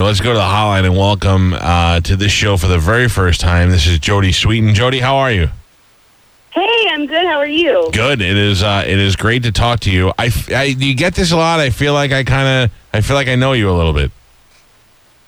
Let's go to the hotline and welcome uh, to this show for the very first time. This is Jody Sweeten. Jody, how are you? Hey, I'm good. How are you? Good. It is. Uh, it is great to talk to you. I, f- I- you get this a lot. I feel like I kind of. I feel like I know you a little bit.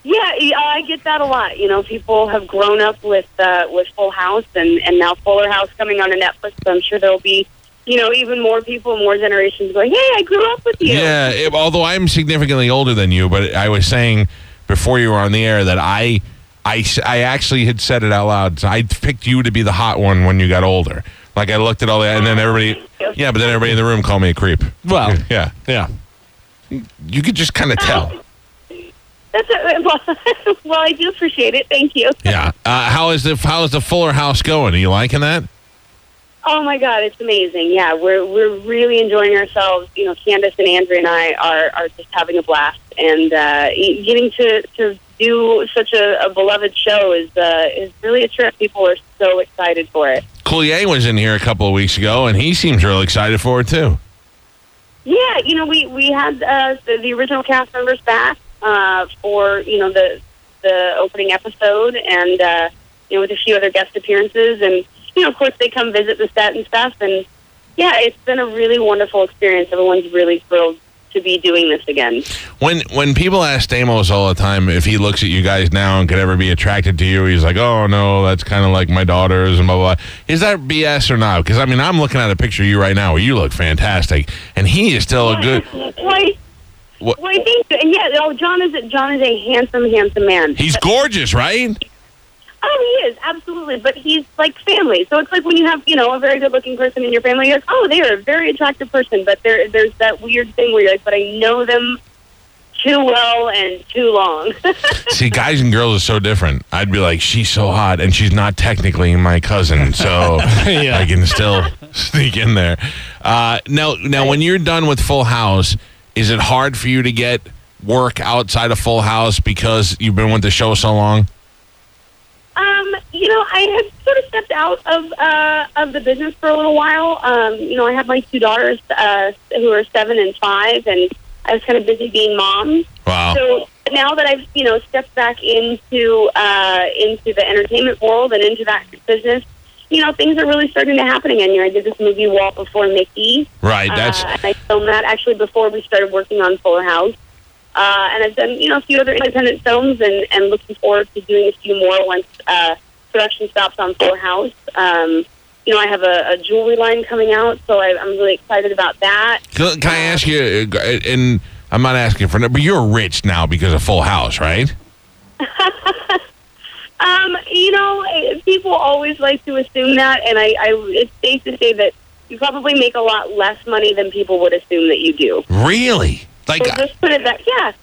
Yeah, yeah, I get that a lot. You know, people have grown up with uh, with Full House, and and now Fuller House coming on to Netflix. So I'm sure there'll be, you know, even more people, more generations going, "Hey, I grew up with you." Yeah. it- although I'm significantly older than you, but I was saying before you were on the air that I, I, s- I actually had said it out loud. So I picked you to be the hot one when you got older. Like I looked at all that, and then everybody. Yeah, but then everybody in the room called me a creep. Well, yeah, yeah. you could just kind of tell. That's a, well, well, I do appreciate it. Thank you. Yeah. Uh, how is the how is the Fuller House going? Are you liking that? Oh my God, it's amazing. Yeah, we're we're really enjoying ourselves. You know, Candace and Andrea and I are are just having a blast, and uh, e- getting to to do such a, a beloved show is uh, is really a trip. People are so excited for it. Coulier was in here a couple of weeks ago, and he seems real excited for it too. Yeah, you know, we we had uh, the, the original cast members back uh, for you know the the opening episode, and uh, you know, with a few other guest appearances, and you know, of course, they come visit the set and stuff, and yeah, it's been a really wonderful experience. Everyone's really thrilled to be doing this again. When when people ask Stamos all the time if he looks at you guys now and could ever be attracted to you, he's like, "Oh no, that's kind of like my daughters and blah blah." blah. Is that BS or not? Because I mean, I'm looking at a picture of you right now where you look fantastic, and he is still a Oh, good. Why? What- Well, I think, and yeah, oh, John is John is a handsome, handsome man. He's gorgeous, right? Oh, he is absolutely, but he's like family. So it's like when you have you know a very good looking person in your family, you're like, oh, they are a very attractive person, but there there's that weird thing where you're like, but I know them too well and too long. See, guys and girls are so different. I'd be like, she's so hot, and she's not technically my cousin, so Yeah. I can still sneak in there. Uh, now, now, when you're done with Full House, is it hard for you to get work outside of Full House because you've been with the show so long? um, you know, I had sort of stepped out of uh, of the business for a little while. Um, you know, I have my two daughters uh, who are seven and five, and I was kind of busy being mom. Wow. So now that I've you know stepped back into uh, into the entertainment world and into that business, you know things are really starting to happen again. You know, I did this movie Walt Before Mickey. Right. That's uh, and I filmed that actually before we started working on Fuller House. Uh, and I've done you know a few other independent films and and looking forward to doing a few more once uh, production stops on Fuller House. Um, you know, I have a, a jewelry line coming out, so I, I'm really excited about that. Can can I ask you? uh, And I'm not asking for, but you're rich now because of Full House, right? Um, you know, eh, people always like to assume that, and I, I it's safe to say that you probably make a lot less money than people would assume that you do. Really? Like, So just put it that, yeah.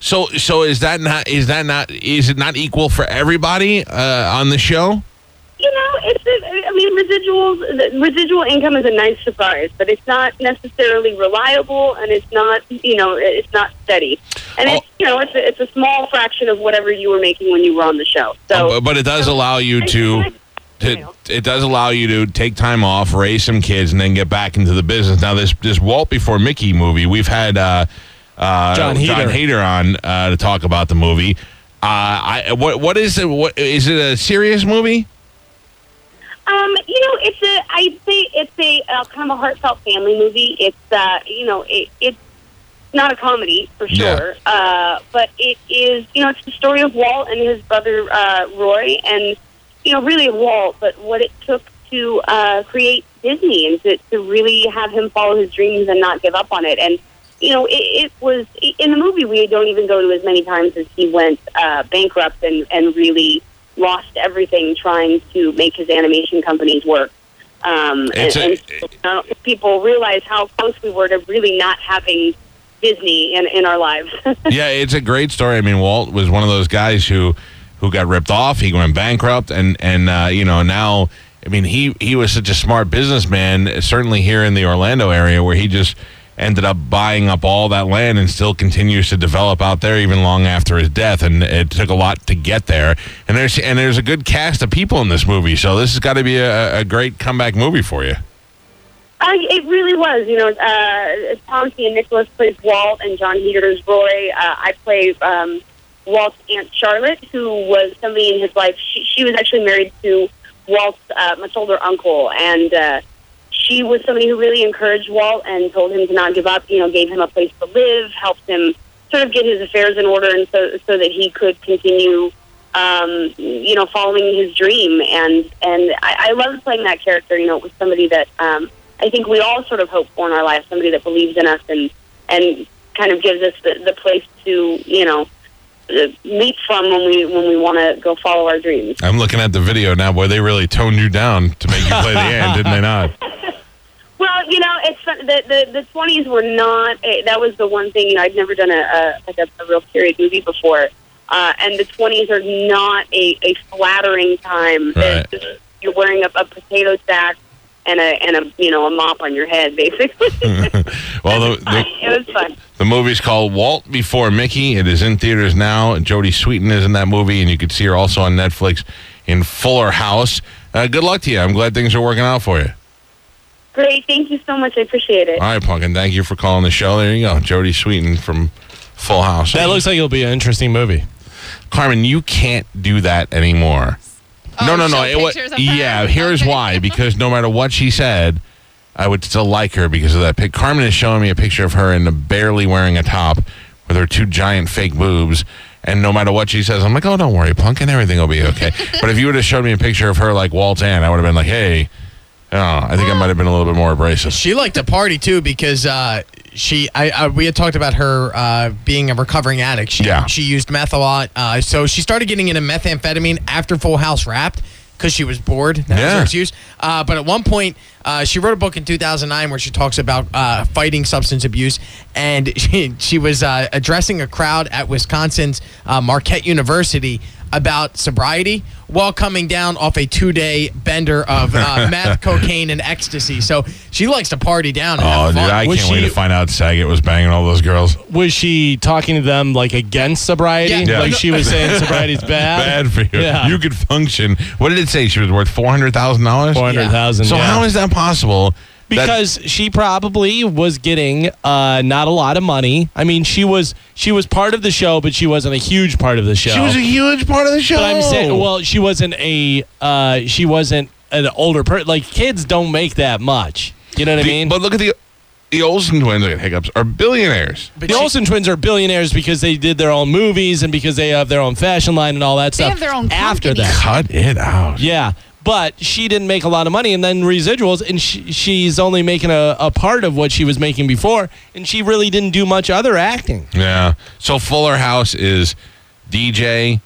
so so is that not is that not is it not equal for everybody uh, on the show? You know, it's a, I mean, residuals, the residual income is a nice surprise, but it's not necessarily reliable, and it's not, you know, it- it's not steady, and it's, Oh. you know, it's a, it's a small fraction of whatever you were making when you were on the show. So. but, but it does allow you to, to it does allow you to take time off raise some kids and then get back into the business now this this walt before mickey movie we've had uh uh John Heder. Heder on uh to talk about the movie uh i what what is it what is it a serious movie Um, you know, it's a I'd say it's a uh, kind of a heartfelt family movie. It's uh, you know, it, it's not a comedy for Yeah. sure, uh, but it is you know, it's the story of Walt and his brother uh, Roy, and you know, really of Walt, but what it took to uh, create Disney and to, to really have him follow his dreams and not give up on it. And you know, it, it was in the movie we don't even go to as many times as he went uh, bankrupt and and really lost everything trying to make his animation companies work. Um, and, It's a- and so now people realize how close we were to really not having Disney in, in our lives. yeah, it's a great story. I mean, Walt was one of those guys who who got ripped off. He went bankrupt, and and uh, you know now. I mean, he he was such a smart businessman. Certainly here in the Orlando area, where he just ended up buying up all that land and still continues to develop out there even long after his death and it took a lot to get there and there's and there's a good cast of people in this movie so this has got to be a, a great comeback movie for you I, it really was, you know. Uh, Tom C. and Nicholas plays Walt, and John Heater's Roy. Uh, I play um, Walt's aunt Charlotte, who was somebody in his life. She, she was actually married to Walt's uh, much older uncle, and uh, she was somebody who really encouraged Walt and told him to not give up. You know, gave him a place to live, helped him sort of get his affairs in order, and so so that he could continue, um, you know, following his dream. And and I, I loved playing that character. You know, it was somebody that um, I think we all sort of hope for in our lives, somebody that believes in us and and kind of gives us the, the place to you know uh, leap from when we when we want to go follow our dreams. i'm looking at the video now boy they really toned you down to make you play the end didn't they not Well, you know, it's fun- the the the twenties were not. eh, That was the one thing you know. I'd never done a, a like a, a real period movie before, uh, and the twenties are not a, a flattering time. Right. It's- You're wearing a, a potato sack and a and a you know a mop on your head, basically. well the, the, it was fun. the movie's called walt before mickey it is in theaters now and jodie sweetin is in that movie and you can see her also on netflix in fuller house uh, good luck to you i'm glad things are working out for you Great, thank you so much. I appreciate it. All right, Pumpkin. Thank you for calling the show. There you go, Jody Sweeten from Full House. That looks like it'll be an interesting movie. Carmen. You can't do that anymore. Oh, no, no, no. show It wa- pictures of her? yeah. Here's Okay. why: because no matter what she said, I would still like her because of that pic. Carmen is showing me a picture of her and barely wearing a top with her two giant fake boobs. And no matter what she says, I'm like, oh, don't worry, Pumpkin. Everything will be okay. but if you would have showed me a picture of her like Walt Ann, I would have been like, hey. Oh, I think I might have been a little bit more abrasive. She liked to party too because uh, she. I, I we had talked about her uh, being a recovering addict. She, Yeah. She used meth a lot, uh, so she started getting into methamphetamine after Full House wrapped because she was bored. That was Yeah. her excuse. Uh, but at one point, uh, she wrote a book in 2009 where she talks about uh, fighting substance abuse, and she she was uh, addressing a crowd at Wisconsin's uh, Marquette University. About sobriety while coming down off a two day bender of uh, meth, cocaine, and ecstasy. So she likes to party down. And Oh, have dude, fun. I can't Was wait she- to find out Saget was banging all those girls. Was she talking to them like against sobriety? Yeah. Yeah. Like she was saying sobriety's bad. Bad for you. Yeah. You could function. What did it say? She was worth four hundred thousand dollars. Four hundred thousand. So how is that possible? That- because she probably was getting uh, not a lot of money. I mean, she was she was part of the show, but she wasn't a huge part of the show. she was a huge part of the show. But I'm saying, well, she wasn't a uh, she wasn't an older person. Like kids don't make that much. You know what The- I mean? but look at the the Olsen twins. I got hiccups. Are billionaires. the Olsen twins are billionaires because they did their own movies and because they have their own fashion line and all that They stuff. have their own after company. that. Cut it out. Yeah. But she didn't make a lot of money, and then residuals, and she, she's only making a, a part of what she was making before, and she really didn't do much other acting. Yeah. So Fuller House is DJ,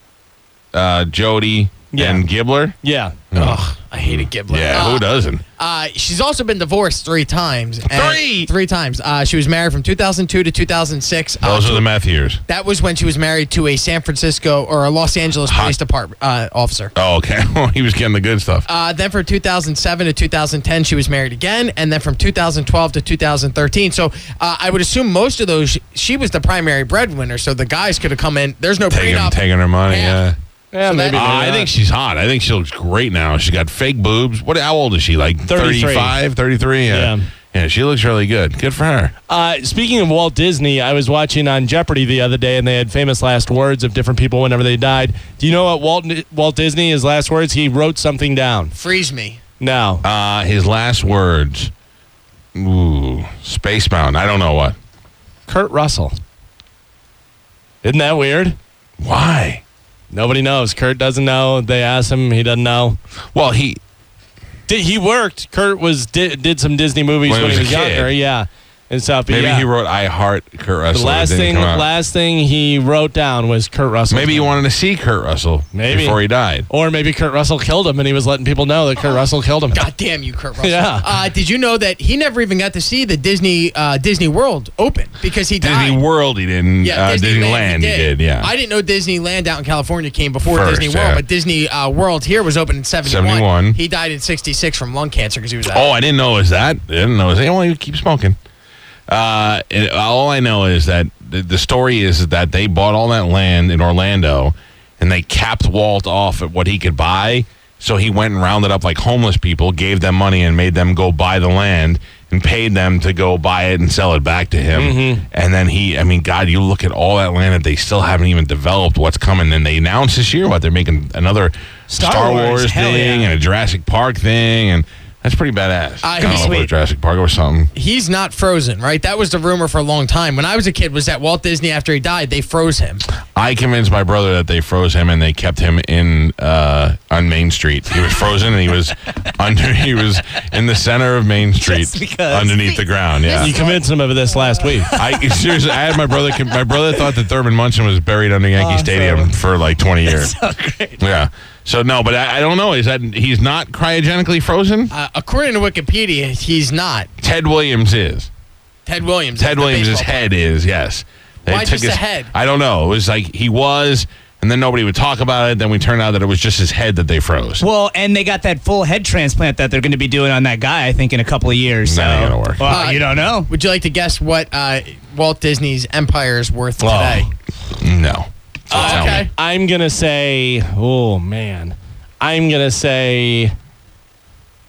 uh, Jody, Yeah. Ah. and Gibbler. Yeah. Ugh, I hated Giblin. Yeah. who doesn't? Uh, she's also been divorced three times. and- Three? Three times. Uh, she was married from 2002 to 2006. Ah. Uh, Those to- are the math years. that was when she was married to a San Francisco or a Los Angeles police department uh, officer. Oh, okay. he was getting the good stuff. Ah. Uh, then from 2007 to 2010, she was married again, and then from 2012 to 2013. So uh, I would assume most of those, she was the primary breadwinner, so the guys could have come in. There's no taking prenup. taking her money. Yeah. Yeah. Yeah, So maybe. that- maybe Uh, I not. think she's hot. I think she looks great now. She's got fake boobs. What? How old is she? Like 33. 35, 33? Yeah. Yeah. yeah. she looks really good. Good for her. Uh, speaking of Walt Disney, I was watching on Jeopardy the other day, and they had famous last words of different people whenever they died. Do you know what Walt Walt Disney his last words? He wrote something down. Freeze me. No, Uh, his last words. Ooh, Space Mountain. I don't know what. Kurt Russell. Isn't that weird? Why? Nobody knows. Kurt doesn't know. They asked him. He doesn't know. Well, he. Did, he worked. Kurt was did, did some Disney movies When when, he he was was a kid. younger. Yeah, and stuff. But Maybe yeah. he wrote "I Heart Kurt Russell." the It last didn't thing, come out. last thing he wrote down was Kurt Russell. Maybe he wanted to see Kurt Russell Maybe. before he died. or maybe Kurt Russell killed him, and he was letting people know that Kurt Russell killed him. God damn you, Kurt Russell. Yeah. Uh, did you know that he never even got to see the Disney uh, Disney World open because he died? Disney World, he didn't. Yeah, uh, Disneyland, Disneyland, he did. Yeah, I didn't know Disneyland out in California came before First, Disney World, yeah. but Disney uh, World here was open in 71. 71. He died in 66 from lung cancer because he was out. Oh, I didn't know it was that. I didn't know it was that. Well, you keep smoking. Uh, and all I know is that the, the story is that they bought all that land in Orlando and they capped Walt off at what he could buy. So he went and rounded up like homeless people, gave them money, and made them go buy the land and paid them to go buy it and sell it back to him. Mm-hmm. And then he, I mean, God, you look at all that land that they still haven't even developed what's coming. And they announced this year what they're making another Star, Star Wars, Wars, hell thing yeah. and a Jurassic Park thing, and that's pretty badass. I- I don't know about Sweet. Jurassic Park or something. He's not frozen, right? That was the rumor for a long time. When I was a kid, was that Walt Disney after he died, they froze him. I convinced my brother that they froze him and they kept him in uh, on Main Street. He was frozen and he was under. He was in the center of Main Street, underneath the ground. Yeah. You convinced him of this last week. I seriously, I had my brother. My brother thought that Thurman Munson was buried under Yankee Stadium for like 20 years. Yeah. So no, but I, I don't know. Is that he's not cryogenically frozen? Uh, according to Wikipedia, he's not. Ted Williams is. Ted Williams. Ted the Williams' baseball player. head is yes. They Why took just his a head? I don't know. It was like he was, and then nobody would talk about it. Then we turned out that it was just his head that they froze. Well, and they got that full head transplant that they're going to be doing on that guy, I think, in a couple of years. So, That ain't gonna work. Well, Uh, you don't know. Would you like to guess what uh, Walt Disney's empire is worth Oh, today? Oh, no. So tell me. okay. I'm gonna say, oh man, I'm gonna say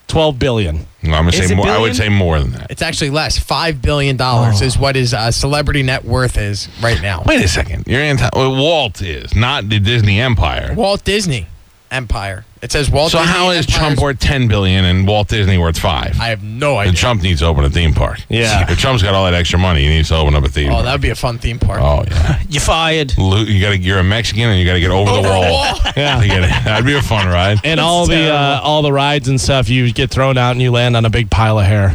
twelve billion. No, I'm gonna Is say it more. I would billion? say more than that. It's actually less. $5 billion Oh. is what his uh, celebrity net worth is right now. Wait a second. You're anti. well, Walt is not the Disney Empire. Walt Disney empire. It says Walt so Disney. how is Empire's- Trump worth ten billion and Walt Disney worth five? I have no and idea. Trump needs to open a theme park. Yeah. If Trump's got all that extra money, he needs to open up a theme. Oh, park. that would be a fun theme park. Oh yeah. You fired. Lo- You gotta. You're a Mexican and you gotta get over, the wall. You gotta- that'd be a fun ride. And all the uh, all the rides and stuff, you get thrown out and you land on a big pile of hair.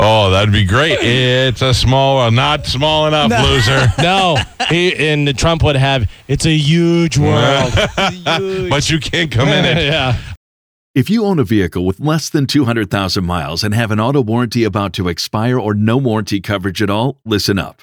Oh, that'd be great. It's a small, well, not small enough, loser. no, he, and Trump would have. It's a huge world. but you can't come in it. yeah. If you own a vehicle with less than 200,000 miles and have an auto warranty about to expire or no warranty coverage at all, listen up.